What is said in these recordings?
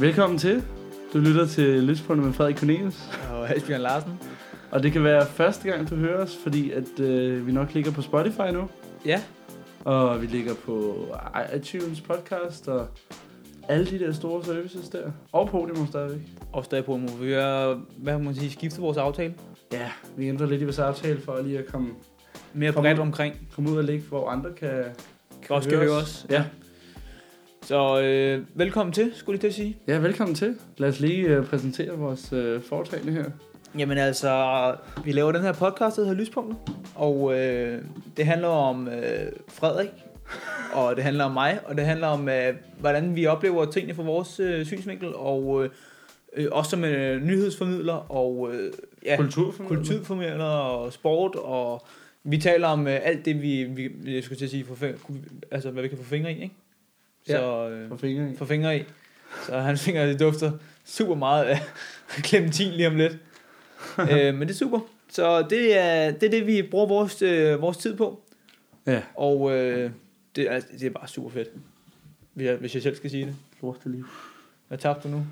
Velkommen til. Du lytter til Lystpundet med Frederik Cornelius. Og Asbjørn Larsen. Og det kan være første gang, du hører os, fordi at, øh, vi nok ligger på Spotify nu. Ja. Og vi ligger på iTunes podcast og alle de der store services der. Og Podimo stadigvæk. Og stadig på, må vi har, hvad må man sige, skiftet vores aftale. Ja, vi ændrer lidt i vores aftale for lige at komme, Mere Kom bredt ud. omkring. komme ud og ligge, hvor andre kan, Kan også kan høre os. Ja. Så øh, velkommen til, skulle jeg til at sige. ja, velkommen til. Lad os lige øh, præsentere vores øh, foretagende her. Jamen altså, vi laver den her podcast, der hedder Lyspunktet. Og øh, det handler om øh, Frederik, og det handler om mig, og det handler om, øh, hvordan vi oplever tingene fra vores øh, synsvinkel, og øh, øh, også som øh, nyhedsformidler, og øh, ja, Kulturformidler. kulturformidler og sport, og vi taler om øh, alt det, vi, vi jeg skulle til at sige, for, altså hvad vi kan få fingre i, ikke? Ja. Så, øh, På fingre i. få fingre i. Så hans fingre de dufter super meget af klementin lige om lidt. øh, men det er super. Så det er det, er det vi bruger vores, øh, vores tid på. Ja. Og øh, det, er, det er bare super fedt. Hvis jeg, hvis jeg selv skal sige det. Lorteliv. Hvad tabte du nu?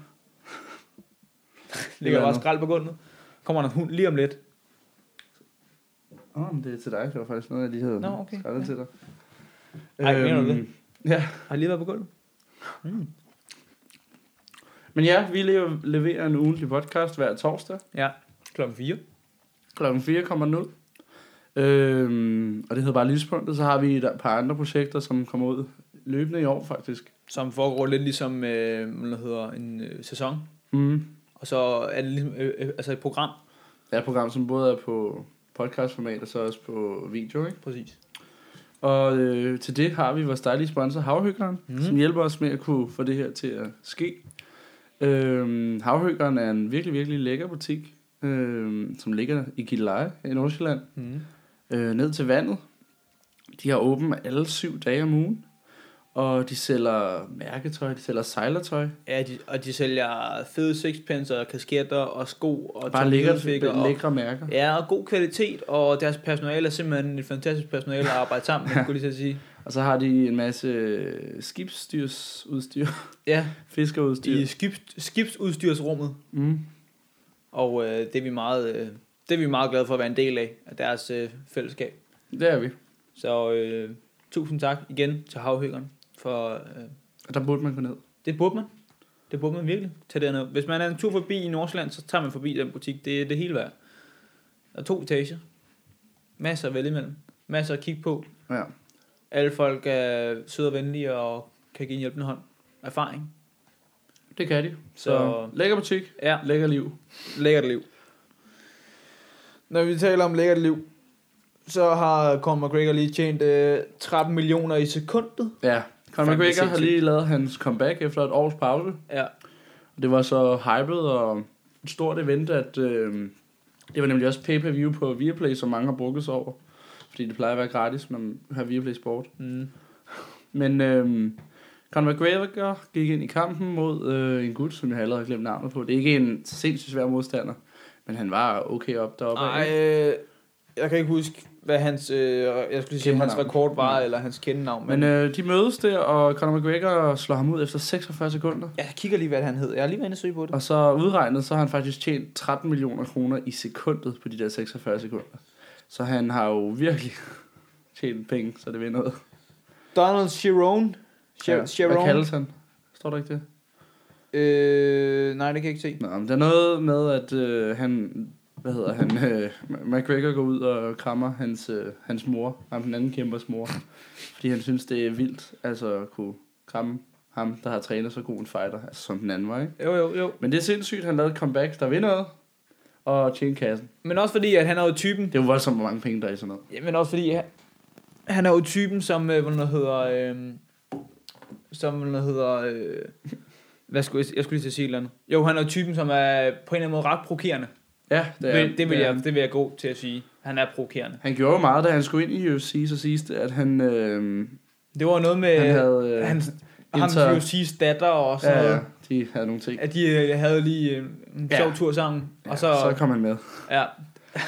Ligger bare nu. skrald på gulvet. Kommer der en hund lige om lidt. Åh, oh, det er til dig. Det var faktisk noget, jeg lige havde Nå, okay. skrevet Ja. til dig. Øhm, Ej, mener du det? Ja, Har I lige været på gulvet? Mm. men ja, vi lever- leverer en ugentlig podcast hver torsdag Ja, klokken 4. kl. 4.0. Øhm, og det hedder bare Lyspunktet. Så har vi et par andre projekter, som kommer ud løbende i år, faktisk. Som foregår lidt ligesom øh, hvad hedder, en øh, sæson. Mm. Og så er det ligesom øh, øh, altså et program. Det er et program, som både er på podcastformat og så også på video, ikke? Præcis. Og øh, til det har vi vores dejlige sponsor, Havhyggeren, mm. Mm. som hjælper os med at kunne få det her til at ske. Øhm, Havhyggeren er en virkelig, virkelig lækker butik, øhm, som ligger i Gilleleje i Nordsjælland. Mm. øh, ned til vandet. De har åben alle syv dage om ugen. Og de sælger mærketøj, de sælger sejlertøj. Ja, de, og de sælger fede sixpence og kasketter og sko og Bare Tom lækre, Hilfiger og, lækre mærker. Ja, og god kvalitet, og deres personale er simpelthen et fantastisk personale at arbejde sammen med, skulle jeg lige til at sige. Og så har de en masse øh, skibsstyrsudstyr, Ja, fiskerudstyr. i skibs, skibsudstyrsrummet, Mm. og øh, det, er vi meget, øh, det er vi meget glade for at være en del af, af deres øh, fællesskab. Det er vi. Så øh, tusind tak igen til havhyggeren for... Øh, Og der burde man gå ned. det burde man. Det burde man virkelig tage derned. Hvis man er en tur forbi i Nordsjælland, så tager man forbi den butik. Det er det hele værd. Der er to etager. Masser at vælge imellem. Masser at kigge på. Ja. Alle folk er søde og venlige og kan give en hjælpende hånd. Erfaring. Det kan de. Så, så Så- lækker butik, Ja, lækker liv. lækkert liv. Når vi taler om lækkert liv, så har Conor McGregor lige tjent øh, 13 millioner i sekundet. Ja. Conor Fandme McGregor har sindssygt. lige lavet hans comeback efter et års pause. Ja, Det var så hyped og et stort event, at øh, det var nemlig også pay-per-view på Viaplay, som mange har brugt sig over. Fordi det plejer at være gratis, man har Viaplay Sport. mm. Men øh, Conor McGregor gik ind i kampen mod øh, en gut, som jeg allerede har glemt navnet på. Det er ikke en sindssygt svær modstander, men han var okay op deroppe. Nej, af. øh, jeg kan ikke huske, hvad hans, øh, jeg skulle sige, hans Kendenavn. rekord var, Nej. eller hans kendenavn. Men, Men øh, de mødes der, og Conor McGregor slår ham ud efter 46 sekunder. øh, jeg kigger lige, hvad han hed. Jeg er lige ved at søge på det. Og så udregnet, så har han faktisk tjent 13 millioner kroner i sekundet på de der 46 sekunder. Så han har jo virkelig tjent penge, så det vil noget. Donald Chiron. Chiron. Hvad Chiron. kaldes han? Står der ikke det? Øh, nej, det kan jeg ikke se. Nå, men der er noget med, at øh, han... Hvad hedder han? Øh, McGregor går ud og krammer hans, øh, hans mor. Ham, den anden kæmpers mor. Fordi han synes, det er vildt altså, at kunne kramme ham, der har trænet så god en fighter, altså, som den anden var, ikke? Jo, jo, jo. Men det er sindssygt, han lavede et comeback, der vinder noget, og tjente kassen. Men også fordi, at han er jo typen... Det er jo voldsomt, hvor mange penge, der er i sådan noget. Ja, men også fordi, han, han er jo typen, som, øh, hvad noget hedder... Øh, som, hvad noget hedder... Øh, hvad skulle jeg, jeg skulle lige til at sige et eller andet. Jo, han er jo typen, som er på en eller anden måde ret provokerende. Ja, Det, er, det, vil, er jeg, han. det vil jeg gå til at sige. Han er provokerende. Han gjorde jo meget, da han skulle ind i UFC, så siges det, at han, øh, Det var noget med... han havde... Øh, hans, hans inter- UFC's datter og sådan ja, noget. ja, de havde nogle ting. At de øh, havde lige øh, en Ja. sjov tur sammen. Ja, og så, så kom han med. ja.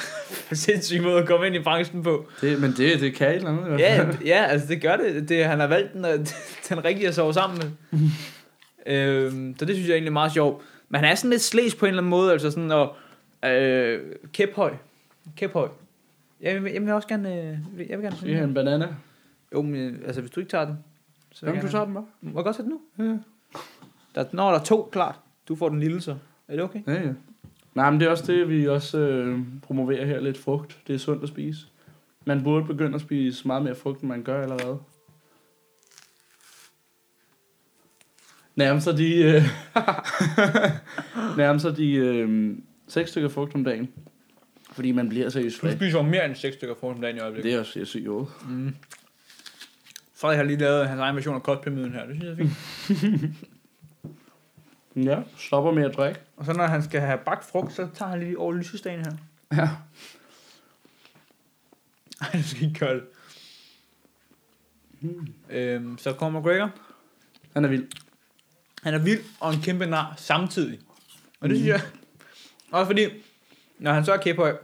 Sindssyg måde at komme ind i branchen på. Det, men det, det kan et eller andet. i hvert fald. Ja, ja altså det gør det. det han har valgt den, øh, den rigtige at sove sammen med. Øhm, så det synes jeg egentlig er meget sjovt. Men han er sådan lidt slæs på en eller anden måde, altså sådan, og øh, kæphøj. Kæphøj. Jeg, vil- jeg vil også gerne, øh, jeg vil gerne Vi har sådan en banana. Jo, men øh, altså hvis du ikke tager den, så vil Jamen, jeg du gerne- tager den bare. Må jeg godt tage den nu? Ja, Der, når der er to, klart. Du får den lille så. Er det okay? ja. ja. Nej, men det er også det, vi også øh, promoverer her lidt frugt. Det er sundt at spise. Man burde begynde at spise meget mere frugt, end man gør allerede. Nærmer sig de, øh, nærmer sig de øh, seks stykker frugt om dagen. Fordi man bliver seriøst Du fri. spiser jo mere end 6 stykker frugt om dagen i øjeblikket. Det er også jeg syg jo. Mm. Frederik har lige lavet hans egen version af kostpyramiden her. Det synes jeg er fint. Ja, stopper med at drikke. Og så når han skal have bagt frugt, så tager han lige over lysestagen her. Ja. Ej, du skal ikke gøre det. Mm. Øhm, så kommer McGregor. Han er vild. Han er vild og en kæmpe nar samtidig. Og Mm. det synes jeg... Også fordi, når han så er kæphøj,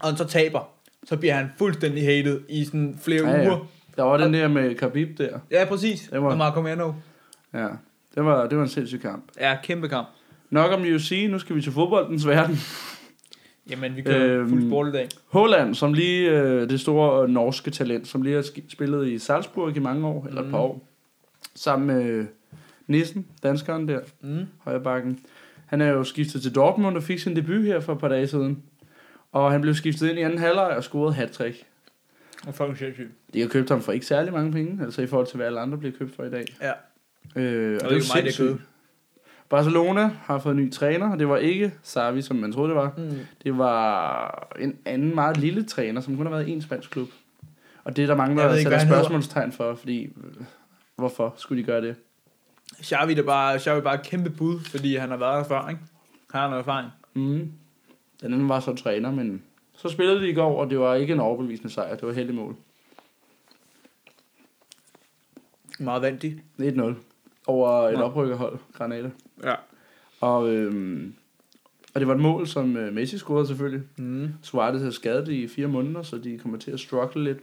og han så taber, så bliver han fuldstændig hated i sådan flere Ja, ja. uger. Der var den der med Khabib der. Ja, præcis. Det var- Og Marco Mano. Ja, det var, det var en sindssyg kamp. Ja, kæmpe kamp. Nok om UFC, nu skal vi til fodboldens verden. Jamen, vi kører Øhm, øhm, fuld sport i dag. Holland, som lige øh, det store øh, norske talent, som lige har sk- spillet i Salzburg i mange år, eller et Mm. par år, sammen med øh, Nissen, danskeren der, Mm. højrebakken. Han er jo skiftet til Dortmund og fik sin debut her for et par dage siden. Og han blev skiftet ind i anden halvleg og scorede hat Og fucking sindssygt. De har købt ham for ikke særlig mange penge, altså i forhold til, hvad alle andre bliver købt for i dag. Ja. Øh, og det er er jo jo ikke mig, der sindssygt. købte. Barcelona har fået en ny træner, og det var ikke Xavi, som man troede, det var. Mm. Det var en anden meget lille træner, som kun har været i en spansk klub. Og det er der mange, Jeg der ved ikke, sætter hvad han hedder. spørgsmålstegn for, fordi øh, hvorfor skulle de gøre det? Xavi, der bare, Xavi er bare et kæmpe bud, fordi han har været der før, ikke? Han har noget erfaring. Mm. Den anden var så træner, men så spillede de i går, og det var ikke en overbevisende sejr. Det var heldig mål. Meget vandig. 1-0 over et Nå. oprykkerhold, Granada. Ja. Og, øhm, og det var et mål, som øh, Messi scorede selvfølgelig. Mm. Suarez er skadet i fire måneder, så de kommer til at struggle lidt.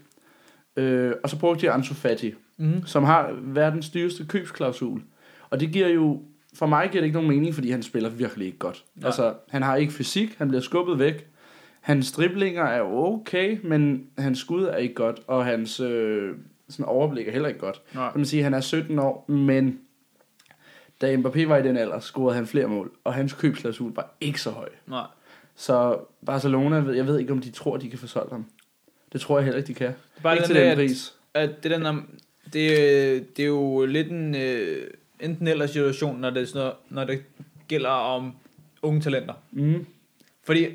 Øh, og så brugte de Ansu Fati, Mm. som har verdens dyreste købsklausul. Og det giver jo, for mig giver det ikke nogen mening, fordi han spiller virkelig ikke godt. Nej. Nej. Altså, han har ikke fysik, han bliver skubbet væk. Hans driblinger er okay, men hans skud er ikke godt, og hans øh, sådan overblik er heller ikke godt. Nej. Så man siger, han er 17 år, men da Mbappé var i den alder, scorede han flere mål, og hans købsklausul var ikke så høj. Nej. Så Barcelona, ved- jeg ved ikke, om de tror, de kan få solgt ham. Det tror jeg heller ikke, de kan. Bare ikke det til der med, den at, pris. at det der, når, det, øh, det er jo lidt en øh, enten eller situation, når det, er sådan noget, når det gælder om unge talenter. Mm. Fordi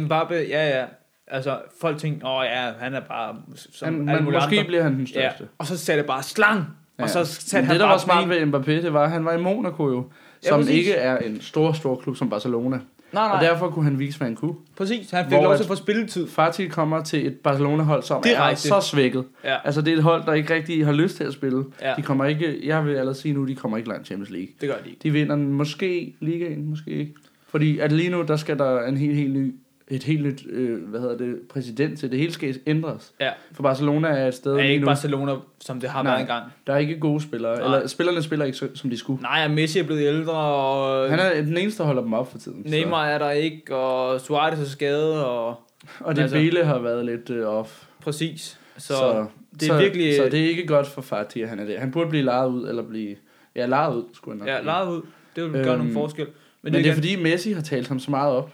Mbappe, ja ja, altså folk tænker, åh ja, han er bare som Han, alle men mulige måske andre. bliver han den Ja, største. og så sagde det bare slang, ja. Ja. og så satte Men han det, der bare var smart den ved Mbappé, det var, at han var i Monaco jo, Ja, som præcis. ikke er en stor, stor klub som Barcelona. Nej. ene- Nej, nej, Og derfor kunne han vise, hvad han kunne. præcis, han fik Hvor lov at- til at få spilletid. Fati kommer til et Barcelona-hold, som er Direkte. så svækket. Ja, Altså, det er et hold, der ikke rigtig har lyst til at spille. Ja. De kommer ikke, jeg vil allerede sige nu, de kommer ikke langt i Champions League. det gør de ikke. De vinder måske ligaen, måske ikke. Fordi at lige nu, der skal der en helt, helt ny, et helt nyt, øh, hvad hedder det, præsident til. Det hele skal ændres. Ja. For Barcelona er et sted Er lige ikke nu, Barcelona, som det har Nej. været engang. der er ikke gode spillere. Nej. Eller spillerne spiller ikke, så- som de skulle. Nej, og Messi er blevet ældre, og Han er den eneste, der holder dem op for tiden. så- Neymar er der ikke, og Suarez er skadet, og Og det Altså- altså, Bele har været lidt øh, off. præcis. Så, så det er så, virkelig- Så det er ikke godt for Fati, at han er der. Han burde blive lejet ud, eller blive... Ja, lejet ud, skulle han nok ja, blive. lejet ud, det vil gøre Øhm, nogle forskel. Men, Men, Men det er fordi... fordi Messi har talt ham så meget op.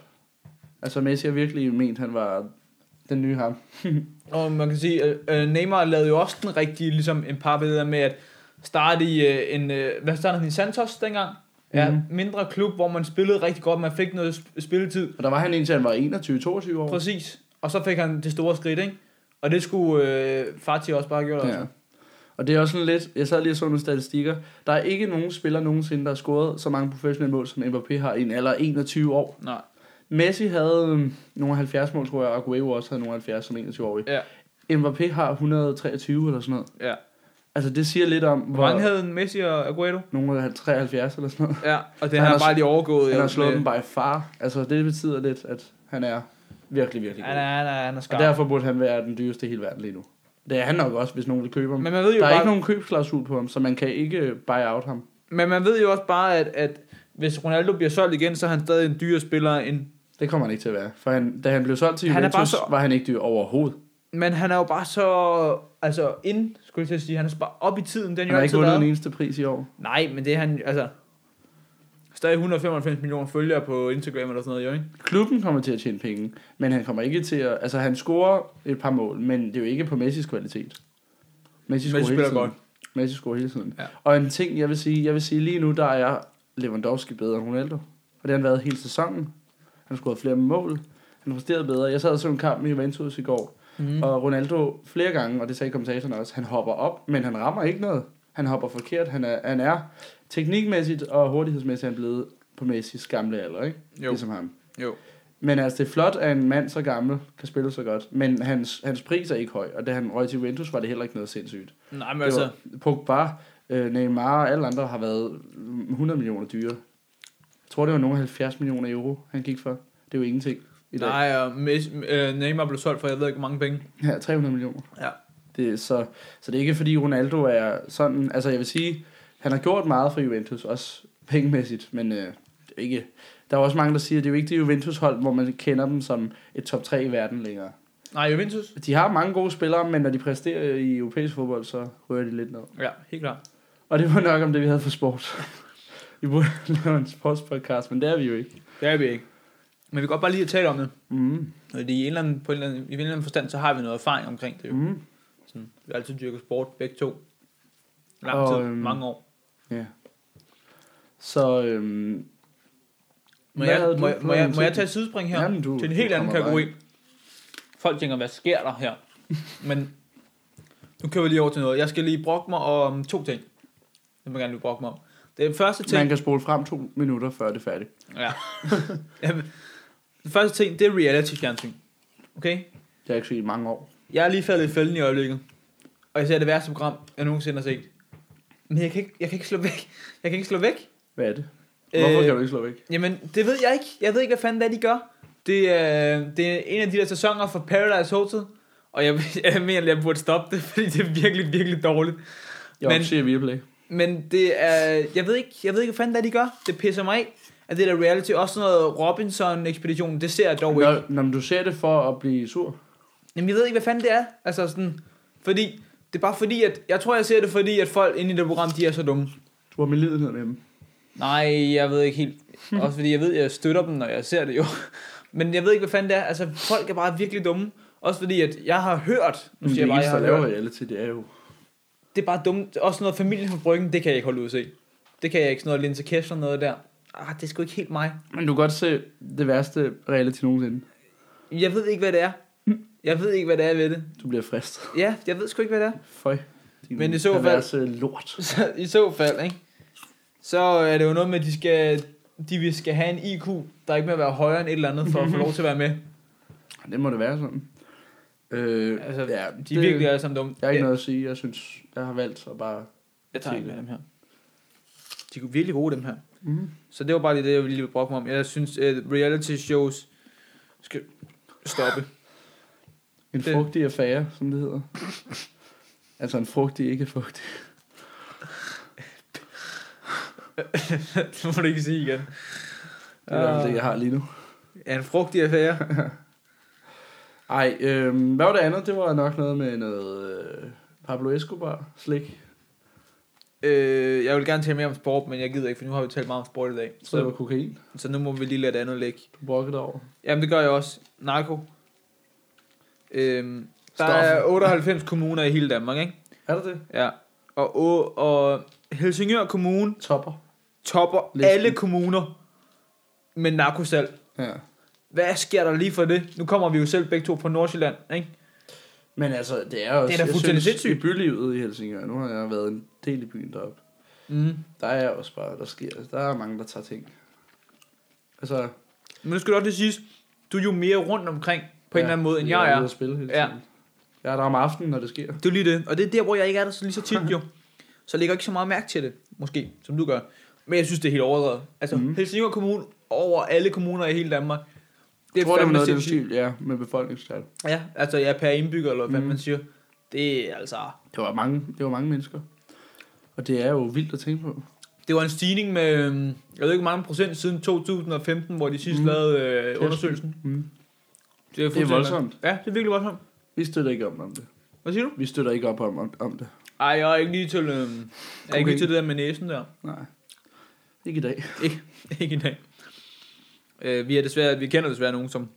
Altså Messi har virkelig ment, han var den nye ham. Og man kan sige, at øh, Neymar lavede jo også den rigtige, ligesom en par billeder med at starte i øh, en, øh, hvad startede han i Santos dengang? Ja, Mhm. mindre klub, hvor man spillede rigtig godt, man fik noget sp- spilletid. Og der var han indtil han var 21-22 år. Præcis. Og så fik han det store skridt, ikke? Og det skulle øh, Fati også bare have gjort. altså. Ja. Ja. Og det er også sådan lidt, jeg sad lige og så nogle statistikker, der er ikke nogen spiller nogensinde, der har scoret så mange professionelle mål, som Mbappé har i en alder af 21 år. Nej. Messi havde øhm, nogle 70 mål, tror jeg, og Aguero også havde nogle 70 som 21-årig. Ja. Mbappé har 123 eller sådan noget. Ja. Altså det siger lidt om, Hvor mange havde Messi og Aguero? Nogle af 73 eller sådan noget. Ja, og det Han har har han s- bare lige overgået. Han jo, har slået med- dem by far. Altså det betyder lidt, at han er virkelig, virkelig Han god. er, han er, han er Og skarp. derfor burde han være den dyreste i hele verden lige nu. Det er han nok også, hvis nogen vil købe ham. Men man ved jo Der er bare, ikke nogen købsklausul på ham, så man kan ikke buy out ham. Men man ved jo også bare, at, at hvis Ronaldo bliver solgt igen, så er han stadig en dyrere spiller end... Det kommer han ikke til at være. For han, da han blev solgt til Han er Juventus, bare så... så- var han ikke dyr overhovedet. Men han er jo bare så... Altså, ind, skulle jeg til at sige. Han er så bare op i tiden. Den Han jo har altid ikke vundet været. en eneste pris i år. Nej, men det er han... Altså, stadig 195 millioner følgere på Instagram eller sådan noget, jo, ikke? Klubben kommer til at tjene penge, men han kommer ikke til at... Altså, han scorer et par mål, men det er jo ikke på Messis kvalitet. Messi, scorer hele spiller tiden. godt. Messi scorer hele tiden. Ja. Ja. Og en ting, jeg vil sige, jeg vil sige lige nu, der er Lewandowski bedre end Ronaldo. Og det har han været hele sæsonen. Han har scoret flere mål. Han har præsteret bedre. Jeg sad og så en kamp med Juventus i går, Mm. Og Ronaldo flere gange, og det sagde kommentatoren også, han hopper op, men han rammer ikke noget. Han hopper forkert. Han er, han er teknikmæssigt og hurtighedsmæssigt er han blevet på Messi's gamle alder, ikke? Jo. Ligesom ham. Jo. Men altså, det er flot, at en mand så gammel kan spille så godt, men hans, hans pris er ikke høj, og da han røg til Juventus, var det heller ikke noget sindssygt. Nej, men Det altså... var, Pogba, øh, Neymar og alle andre har været 100 millioner dyre. Jeg tror, det var nogle 70 millioner euro, han gik for. Det er jo ingenting i dag. Nej, og Messi, øh, Neymar blev solgt for, jeg ved ikke, hvor mange penge. Ja, 300 millioner. Ja. Det, er så, så det er ikke fordi Ronaldo er sådan, altså jeg vil sige, han har gjort meget for Juventus, også pengemæssigt, men øh, det er ikke, der er også mange, der siger, at det er jo ikke det Juventus-hold, hvor man kender dem som et top 3 i verden længere. Nej, Juventus? De har mange gode spillere, men når de præsterer i europæisk fodbold, så rører de lidt ned. Ja, helt klart. Og det var nok om det, vi havde for sport. vi burde lave en sportspodcast, men det er vi jo ikke. Det er vi ikke. Men vi kan godt bare lige at tale om det. Mm, Fordi i en eller anden, på en eller anden, i en eller anden forstand, så har vi noget erfaring omkring det. Jo. mm. Sådan, vi har altid dyrket sport, begge to. Lang Og, tid, øhm, mange år. Så øhm, Må hvad jeg, havde må, du jeg, på må, jeg, den må jeg tid? tage et sidespring her Jamen, du- til en du helt anden kommer kategori? Folk tænker, hvad sker der her? Men nu kører vi lige over til noget. Jeg skal lige brokke mig om to ting. Det må jeg gerne lige brokke mig om. Det første ting... man kan spole frem to minutter, før det er færdigt. Ja. Jamen, Den første ting, det er reality-fjernsyn. Okay? Det er ikke i mange år. Jeg er lige faldet i fælden i øjeblikket. Og jeg ser det værste program, jeg nogensinde har set. Men jeg kan ikke, jeg kan ikke slå væk. Jeg kan ikke slå væk. Hvad er det? Hvorfor Øh, kan du ikke slå væk? Jamen, det ved jeg ikke. Jeg ved ikke, hvad fanden det er, de gør. Det er, det er en af de der sæsoner fra Paradise Hotel. Og jeg, jeg mener, at jeg burde stoppe det, fordi det er virkelig, virkelig dårligt. Jeg Men- men, opsiger Viaplay. Men det er, jeg ved ikke, jeg ved ikke, hvad fanden det er, de gør. Det pisser mig af. At det der reality, også sådan noget Robinson-ekspedition, det ser jeg dog ikke. Når, når du ser det for at blive sur. Jamen, jeg ved ikke, hvad fanden det er. Altså sådan, fordi, det er bare fordi, at, jeg tror, jeg ser det fordi, at folk inde i det program, de er så dumme. Du har medlidenhed med dem. Nej, jeg ved ikke helt. Også fordi jeg ved, jeg støtter dem, når jeg ser det jo. Men jeg ved ikke, hvad fanden det er. Altså, folk er bare virkelig dumme. Også fordi, at jeg har hørt... Nu Men siger det jeg bare, jeg eneste, har der laver hørt. reality, det er jo... Det er bare dumt. Også noget familien på bryggen, det kan jeg ikke holde ud at se. Det kan jeg ikke. Sådan noget Linse Kessler noget der. Ah, det er sgu ikke helt mig. Men du kan godt se det værste reality nogensinde. Jeg ved ikke, hvad det er. Jeg ved ikke, hvad det er ved det. Du bliver fristet. Ja, jeg ved sgu ikke, hvad det er. Føj. Din Men i så fald- perverse lort. Så, I så fald, ikke? Så er det jo noget med, at de skal, de vil- skal have en IQ, der ikke må være højere end et eller andet, for at få lov til at være med. Det må det være sådan. Øh, Altså, ja, De er virkelig alle sammen dumme. Jeg har ikke Ja. noget at sige. Jeg synes, jeg har valgt at bare... Jeg tager ikke Til- med dem her. De er virkelig gode, dem her. Mm. Så det var bare lige det, jeg ville lige brokke mig om. Jeg synes, at reality shows skal stoppe. En Det- frugtig affære, som det hedder. altså en frugtig, ikke frugtig. det må du ikke sige igen. Det er i hvert fald det, jeg har lige nu. Er en frugtig affære. Ej, øh, hvad var det andet? Det var nok noget med noget øh, Pablo Escobar slik. øh, jeg vil gerne tale mere om sport, men jeg gider ikke, for nu har vi talt meget om sport i dag. Så det var Så, kokain, så nu må vi lige lade det andet ligge. du brokkede dig over. Jamen, det gør jeg også. Narko. Øhm, der er 98 kommuner i hele Danmark, ikke? Er det det? Ja. Og, og, og Helsingør Kommune Topper. topper Listen. Listen. alle kommuner med narkosalg. Ja. Hvad sker der lige for det? Nu kommer vi jo selv begge to fra Nordsjælland, ikke? Men altså, det er også... Det er da jeg fuldstændig synes, sindssygt. I bylivet i Helsingør, nu har jeg været en del i byen deroppe. Mm. Der er også bare, der sker, altså, der er mange, der tager ting. Altså, Men nu skal du også lige sige, du er jo mere rundt omkring på ja, en ja, eller anden måde, end fordi jeg ude er. at spille hele Ja. tiden. Jeg er der om aftenen, når det sker. Det er lige det. Og det er der, hvor jeg ikke er der så lige så tit, jo. Så jeg lægger ikke så meget mærke til det, måske, som du gør. Men jeg synes, det er helt overdrevet. Altså, mm. Mhm. Helsingør Kommune over alle kommuner i hele Danmark. Det jeg tror, det var fandme noget, af det sindssygt. sygt, ja, med befolkningstal. Ja, altså jeg er per indbygger, eller hvad mm. Mhm. man siger. Det er altså... Det var mange, det var mange mennesker. Og det er jo vildt at tænke på. Det var en stigning med, øhm, jeg ved ikke hvor mange procent, siden 2015, hvor de sidst Mm. mm. lavede øh, undersøgelsen. Mm. Det er, Det er fuldstændig- voldsomt. Ja, det er virkelig voldsomt. Vi støtter ikke op om det. Hvad siger du? Vi støtter ikke op om, om, om det. Ej, jeg er ikke lige til, øhm, jeg er ikke Okay. lige til det der med næsen der. Nej. Ikke i dag. ikke i dag. Øh, vi, er desværre, vi kender desværre nogen, som...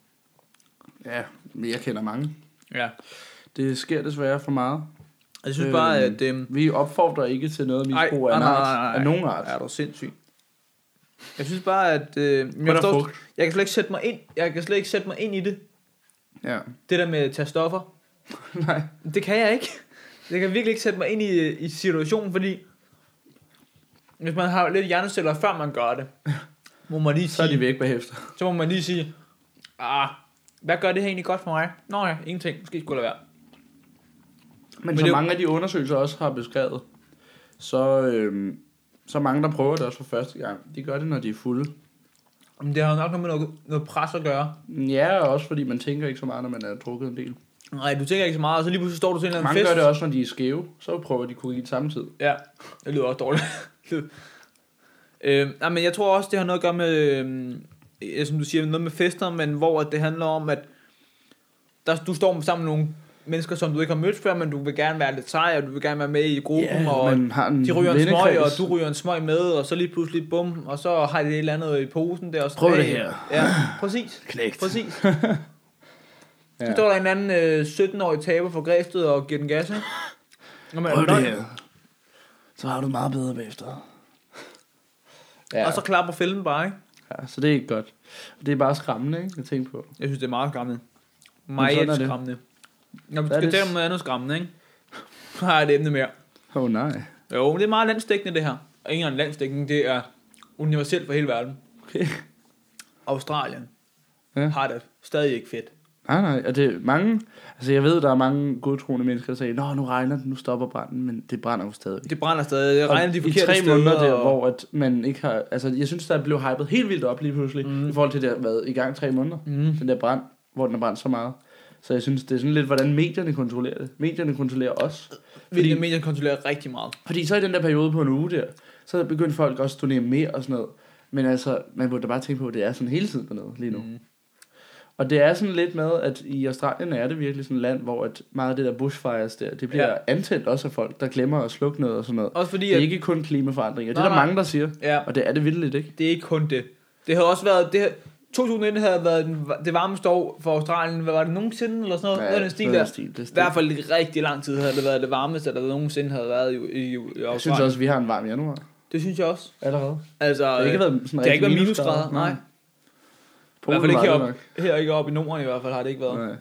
Ja, men jeg kender mange. Ja. Det sker desværre for meget. Jeg synes bare, Øhm, at... Øh, Vi opfordrer ikke til noget Ej, misbrug af, en nej, art, nej, nej, nej. af nogen art. er du sindssyg? Jeg synes bare, at... Øh, Hvor jeg, der er forstår, frugt. jeg kan slet ikke sætte mig ind. Jeg kan slet ikke sætte mig ind i det. Ja. Det der med at tage stoffer. Nej. Det kan jeg ikke. Jeg kan virkelig ikke sætte mig ind i, i situationen, fordi... Hvis man har lidt hjerneceller, før man gør det, må man lige Så er sige, de væk bagefter. så må man lige sige, ah, hvad gør det her egentlig godt for mig? Nå ja, ingenting. Måske skulle det være. Men, Men Men som det- mange af de undersøgelser også har beskrevet, så, øhm, så mange, der prøver det også for første gang, de gør det, når de er fulde. Men det har jo nok noget med noget, noget pres at gøre. Ja, og også fordi man tænker ikke så meget, når man har drukket en del. Nej, du tænker ikke så meget, og så lige pludselig står du til en eller anden Mange fest. gør det også, når de er skæve. Så prøver de kokain samtidig. Ja, det lyder også dårligt. øh, nej, men jeg tror også, det har noget at gøre med, øh, ja, som du siger, noget med fester, men hvor at det handler om, at der, du står sammen med nogle mennesker, som du ikke har mødt før, men du vil gerne være lidt sej, og du vil gerne være med i gruppen, yeah, og man har en de ryger en smøg, og vennekreds. du ryger en smøg med, og så lige pludselig bum, og så har de et eller andet i posen der. Og sådan, Prøv det "Hey." her. Ja, præcis. Knægt. Præcis. Ja. Så står der en anden øh, 17-årig taber fra Græsted og giver den gas, ikke? Nå, men, nå, Så har du meget bedre bagefter. Ja. Ja. Og så klapper fælden bare, ikke? ja, så det er ikke godt. Det er bare skræmmende, ikke? Jeg tænker på. Jeg synes, det er meget skræmmende. sådan er Meget det. skræmmende. Når vi That skal is- tale om noget andet skræmmende, ikke? Så har jeg et emne mere. Åh oh, nej. Jo, men det er meget landstækkende, det her. Og ikke engang landstækkende, det er universelt for hele verden. Okay. Australien Ja. ja. har det stadig ikke fedt. Nej, nej, og det er mange, altså jeg ved, der er mange godtroende mennesker, der siger, Nå, nu regner det, nu stopper branden, men det brænder jo stadig. Det brænder stadig, det regner Og de I forkerte tre steder, måneder der, og- hvor at man ikke har, altså jeg synes, der blev hypet helt vildt op lige pludselig, mm. Mm. i forhold til det har været i gang tre måneder, Mm. den der brand, hvor den har brændt så meget. Så jeg synes, det er sådan lidt, hvordan medierne kontrollerer det. Medierne kontrollerer os. Fordi Fordi- medierne kontrollerer rigtig meget. Fordi så i den der periode på en uge der, så begyndte folk også at donere mere og sådan noget. Men altså, man burde da bare tænke på, at det er sådan hele tiden dernede lige nu. Mm. Og det er sådan lidt med, at i Australien er det virkelig sådan et land, hvor at meget af det der bushfires der, det bliver ja. Ja. antændt også af folk, der glemmer at slukke noget og sådan noget. Også fordi, Det er at, ikke kun klimaforandringer, det er Nej, der nej. mange, der siger. ja, Og det er det vildt ikke? det er ikke kun det. Det havde også været, det, her- 2019 havde været den, det varmeste år for Australien. Hvad var det nogensinde, eller sådan noget? Ja, den stil noget af der. den stil, det er I stil. hvert fald i rigtig lang tid havde det været det varmeste, der nogensinde havde været i, i, i Australien. Jeg synes også, vi har en varm januar Det synes jeg også. allerede. Altså, Det har ikke været sådan det har ikke været rigtig minusgrader, nej. I hvert Polen fald ikke var det heroppe. nok. Her ikke oppe i Norden i hvert fald har det ikke været. Nej.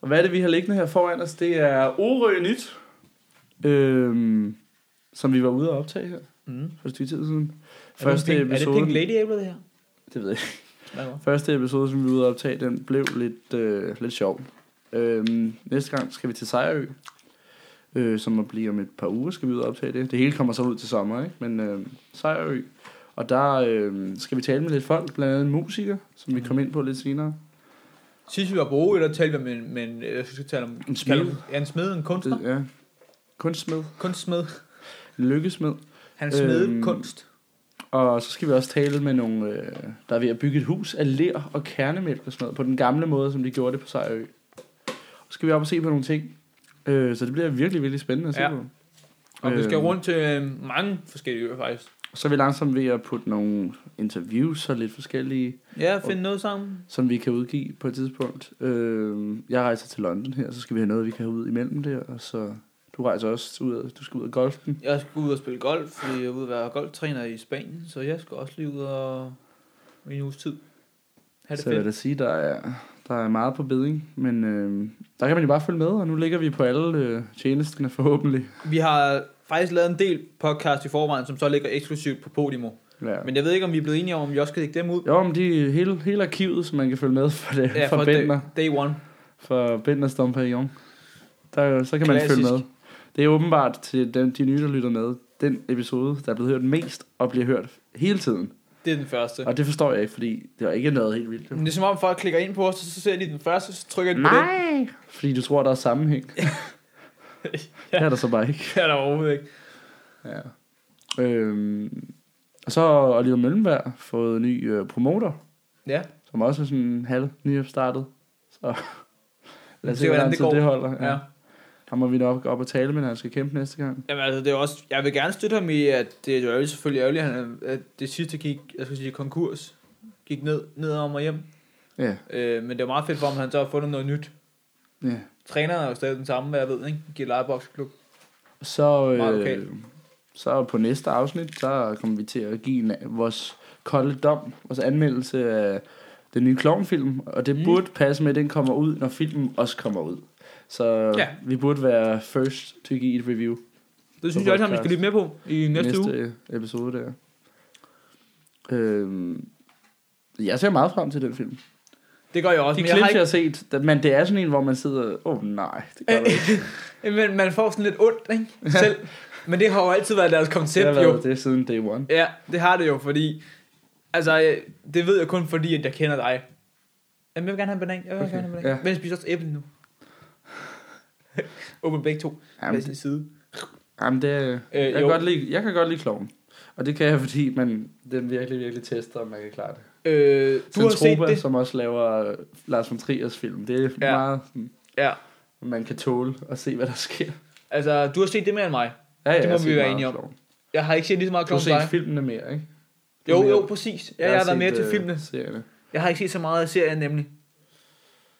Og hvad er det, vi har liggende her foran os? Det er Orø Nyt, øhm, som vi var ude og optage her Mm. for et stykke tid siden. er Første det, en pink- er det episode, Pink Lady Apple, det her? det ved jeg ikke. Hvad var? Første episode, som vi var ude og optage, den blev lidt, øh, lidt sjov. Øhm, næste gang skal vi til Sejrø, øh, som må blive om et par uger, skal vi ud og optage det. Det hele kommer så ud til sommer, ikke? Men øh, Sejrø. Og der øh, skal vi tale med lidt folk, blandt andet en musiker, som vi kom ind på lidt senere. Sidst vi var på OE, der talte vi med, en- med en, jeg skal tale om, En smed. kalde- Ja, en smed, en kunstner. Det, ja. Kunstsmed, Kunstsmed. lykkesmed. Han smed Øhm, kunst. Og så skal vi også tale med nogle, øh, der er ved at bygge et hus af ler og kernemælk og sådan noget, på den gamle måde, som de gjorde det på Sejrø. Så skal vi op og se på nogle ting. Øh, så det bliver virkelig, virkelig spændende at se Ja. på. Og vi skal øhm, rundt til øh, mange forskellige øer, faktisk. Så er vi langsomt ved at putte nogle interviews og lidt forskellige, Ja, finde noget sammen. som vi kan udgive på et tidspunkt. Øh, jeg rejser til London her, så skal vi have noget, vi kan have ud imellem der. Og så du rejser også ud, af- du skal ud af golfen. Jeg skulle ud og spille golf, fordi jeg er ude at være golftræner i Spanien, så jeg skal også lige ud og i en uges tid. Ha' det så vil jeg fedt. da sige, der er, der er meget på beding, men øh, der kan man jo bare følge med, og nu ligger vi på alle øh, tjenesterne forhåbentlig. Vi har faktisk lavet en del podcast i forvejen, som så ligger eksklusivt på Podimo. Ja. Men jeg ved ikke, om vi er blevet enige om, om vi også skal lægge dem ud. Jo, men de, hele, hele arkivet, som man kan følge med for, det, ja, for, for day, Bender, day one. for Benders Dom Perignon. Der, så kan man Klassisk. følge med. Det er åbenbart til dem, de nye, der lytter med, den episode, der er blevet hørt mest og bliver hørt hele tiden. Det er den første. Og det forstår jeg ikke, fordi det var ikke noget helt vildt. jo. Men det er som om, folk klikker ind på os, og så ser de den første, så trykker de på den. Nej! Fordi du tror, der er sammenhæng. ja. Det er der så bare ikke. Det er der overhovedet ikke. Ja. Øhm, og så har Oliver Møllenberg fået ny øh, promoter, Ja. som også er sådan halv nyopstartet. Så lad os Se, se, hvordan det, går. det holder. ja. Ham må vi nok op og tale med, når han skal kæmpe næste gang. Jamen, altså, det er også, jeg vil gerne støtte ham i, at det, det var jo selvfølgelig ærgerligt, at, han, at det sidste gik, jeg skulle sige, konkurs, gik ned, ned om og hjem. Ja, Øh, men det var meget fedt for ham, at han så har fundet noget nyt. ja. Træneren er jo stadig den samme, hvad jeg ved, ikke? Giver lejeboksklub. Så, Meget øh, lokalt. så på næste afsnit, så kommer vi til at give en, vores kolde dom, vores anmeldelse af den nye klovnfilm, og det Mm. mm. burde passe med, at den kommer ud, når filmen også kommer ud. Så Ja. ja. vi burde være first til at give et review Det synes På jeg også, at vi podcast. skal lytte med på i næste, næste uge. næste episode der. Øhm, jeg ser meget frem til den film. Det gør jeg også, De men jeg har klips, jeg ikke... har set, da- men det er sådan en, hvor man sidder, åh oh, nej, det gør du ikke. Øh, men man får sådan lidt ondt, ikke? Selv. men det har jo altid været deres koncept, Det har jo. været det siden day one. Ja, det har det jo, fordi... Altså, øh, det ved jeg kun fordi, at jeg kender dig. Jamen, jeg vil gerne have en banan. Jeg vil okay. Okay, gerne have en banan. Ja. ja. Men jeg spiser også æble nu. Åbne begge to. Jamen, Jamen, sin side. Jamen, det, Øh, øh, jeg, jo. kan godt lide, jeg kan godt lide kloven. Og det kan jeg, fordi man den virkelig, virkelig tester, om man kan klare det. Øh, du har set Zentropa, det. som også laver øh, Lars von Triers film. Det er Ja. ja. meget, sådan, Ja. man kan tåle og se, hvad der sker. Altså, du har set det mere end mig. Ja, ja, Det må jeg har vi set være meget enige om. Klovn. Jeg har ikke set lige så meget Du har klovn set som dig. filmene mere, ikke? Du er Jo, mere- jo, præcis. Ja, jeg, har været mere øh, til filmene. Serierne. Jeg har ikke set så meget af serien nemlig.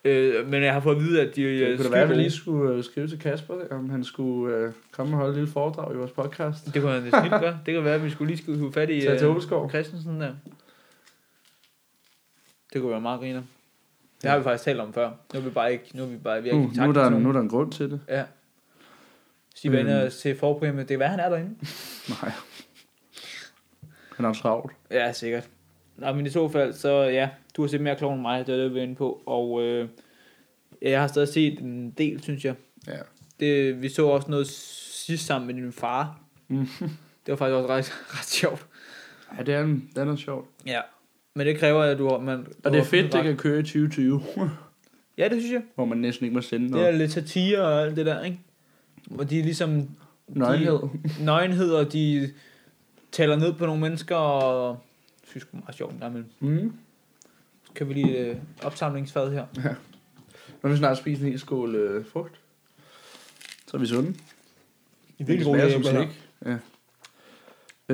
Øh, men jeg har fået at vide, at de Det øh, kunne da skide være, at vi gode. lige skulle øh, skrive til Kasper, der, om han skulle øh, komme og holde et lille foredrag i vores podcast. Det kunne han da snit gøre. Det kan være, at vi skulle lige skulle hive fat i Tag til øh, Oleskov. Christensen der. Det kunne være meget griner. Det har vi faktisk talt om før. Nu er vi bare ikke, nu er vi bare Nu, virkelig Uh, nu, er der, nu er der en grund til det. Ja. Stig var inde Øhm. og se forprogrammet. Det er hvad han er derinde. Nej. Han er travlt. Ja, sikkert. Nå, men i så fald, så ja, du har set mere klovn end mig, det er det, vi er inde på, og øh, ja, jeg har stadig set en del, synes jeg. Ja. Det, vi så også noget sidst sammen med din far. Mhm. Det var faktisk også ret, ret sjovt. Ja, det er, en, det er noget sjovt. Ja. Men det kræver, at du har... Man, du Og det er har- fedt, det kan køre i 2020, Ja, det synes jeg. hvor man næsten ikke må sende Det er noget. lidt satire og alt det der, ikke? Hvor de er ligesom... Nøgenhed. De, nøgenhed, og de taler ned på nogle mennesker, og... Jeg synes det er meget sjovt. Nej, men Mm. kan vi lige øh, opsamlingsfad her? Når vi snart spiser en hel skål øh, frugt, så er vi sunde. I Det smager som slik. Ja.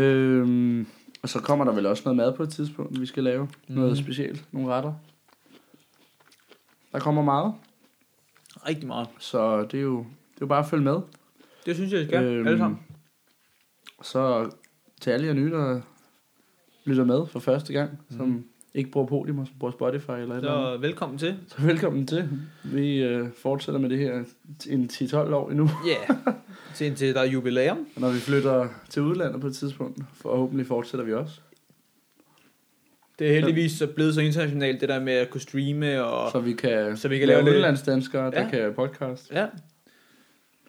Øhm, og så kommer der vel også noget mad på et tidspunkt, vi skal lave. Mm. Noget Mhm. specielt, nogle retter. Der kommer meget, Rigtig meget. så det er jo, det er jo bare at følge med. Det synes jeg, I skal. Øhm, alle sammen. Så til alle jer nye, der lytter med for første gang, mm. som ikke bruger Podimo, som bruger Spotify eller et eller andet. Mhm. Så velkommen til. Så velkommen til. Vi øh, fortsætter med det her en 10-12 år endnu. Ja. Yeah. til indtil der er jubilæum. Og når vi flytter til udlandet på et tidspunkt, forhåbentlig fortsætter vi også. Det er heldigvis så blevet så internationalt, det der med at kunne streame og... Så vi kan, Så vi kan være lave lidt- udlandsdanskere, der Ja. kan podcast. Ja.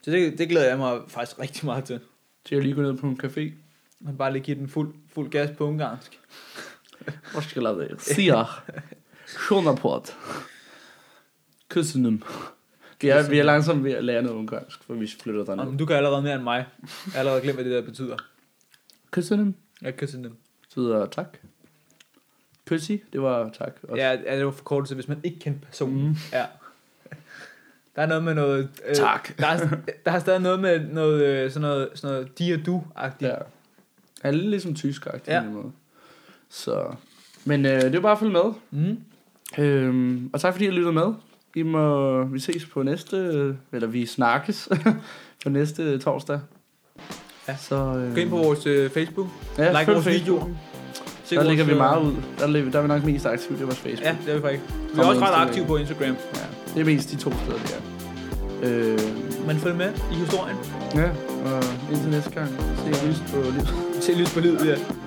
Så det, det glæder jeg mig faktisk rigtig meget til. Til at lige gå ned på en café. Man bare lige give den fuld, fuld gas på ungarsk. Hvor skal jeg lade det? Siger. Sjunderport. Køssenum. Vi er, vi er langsomt ved at lære noget ungarsk, for vi flytter derned. Om, du kan allerede mere end mig. Jeg har allerede glemt, hvad det der betyder. Køssenum. Jeg kan sådan dem. betyder tak. Kyssi, det var tak. Også. Ja, ja, det var forkortelse, hvis man ikke kendte personen. Mm. Ja. Der er noget med noget... Øh, Tak. Der er, der er stadig noget med noget, øh, sådan noget, sådan noget de og du-agtigt. Ja. Er lidt ligesom tysk ja. på Ja. en måde. Så. Men øh, det var bare at følge med. Mm. Øhm, og tak fordi I lyttede med. I må, vi ses på næste, eller vi snakkes på næste torsdag. Ja. Så, øh, Gå ind på vores øh, Facebook. ja, like følg vores Facebook. videoer. Se Der vores, lægger vi øh, meget ud. Der, lægger, der er vi nok mest aktive, det er vores Facebook. Ja, det er vi faktisk. Og Vi er på også ret Instagram. aktive på Instagram. ja. Det er mest de to steder, det er. Øh, Men følg med i historien. ja, og indtil næste gang. Se lys på livet. Se lys på livet, ja.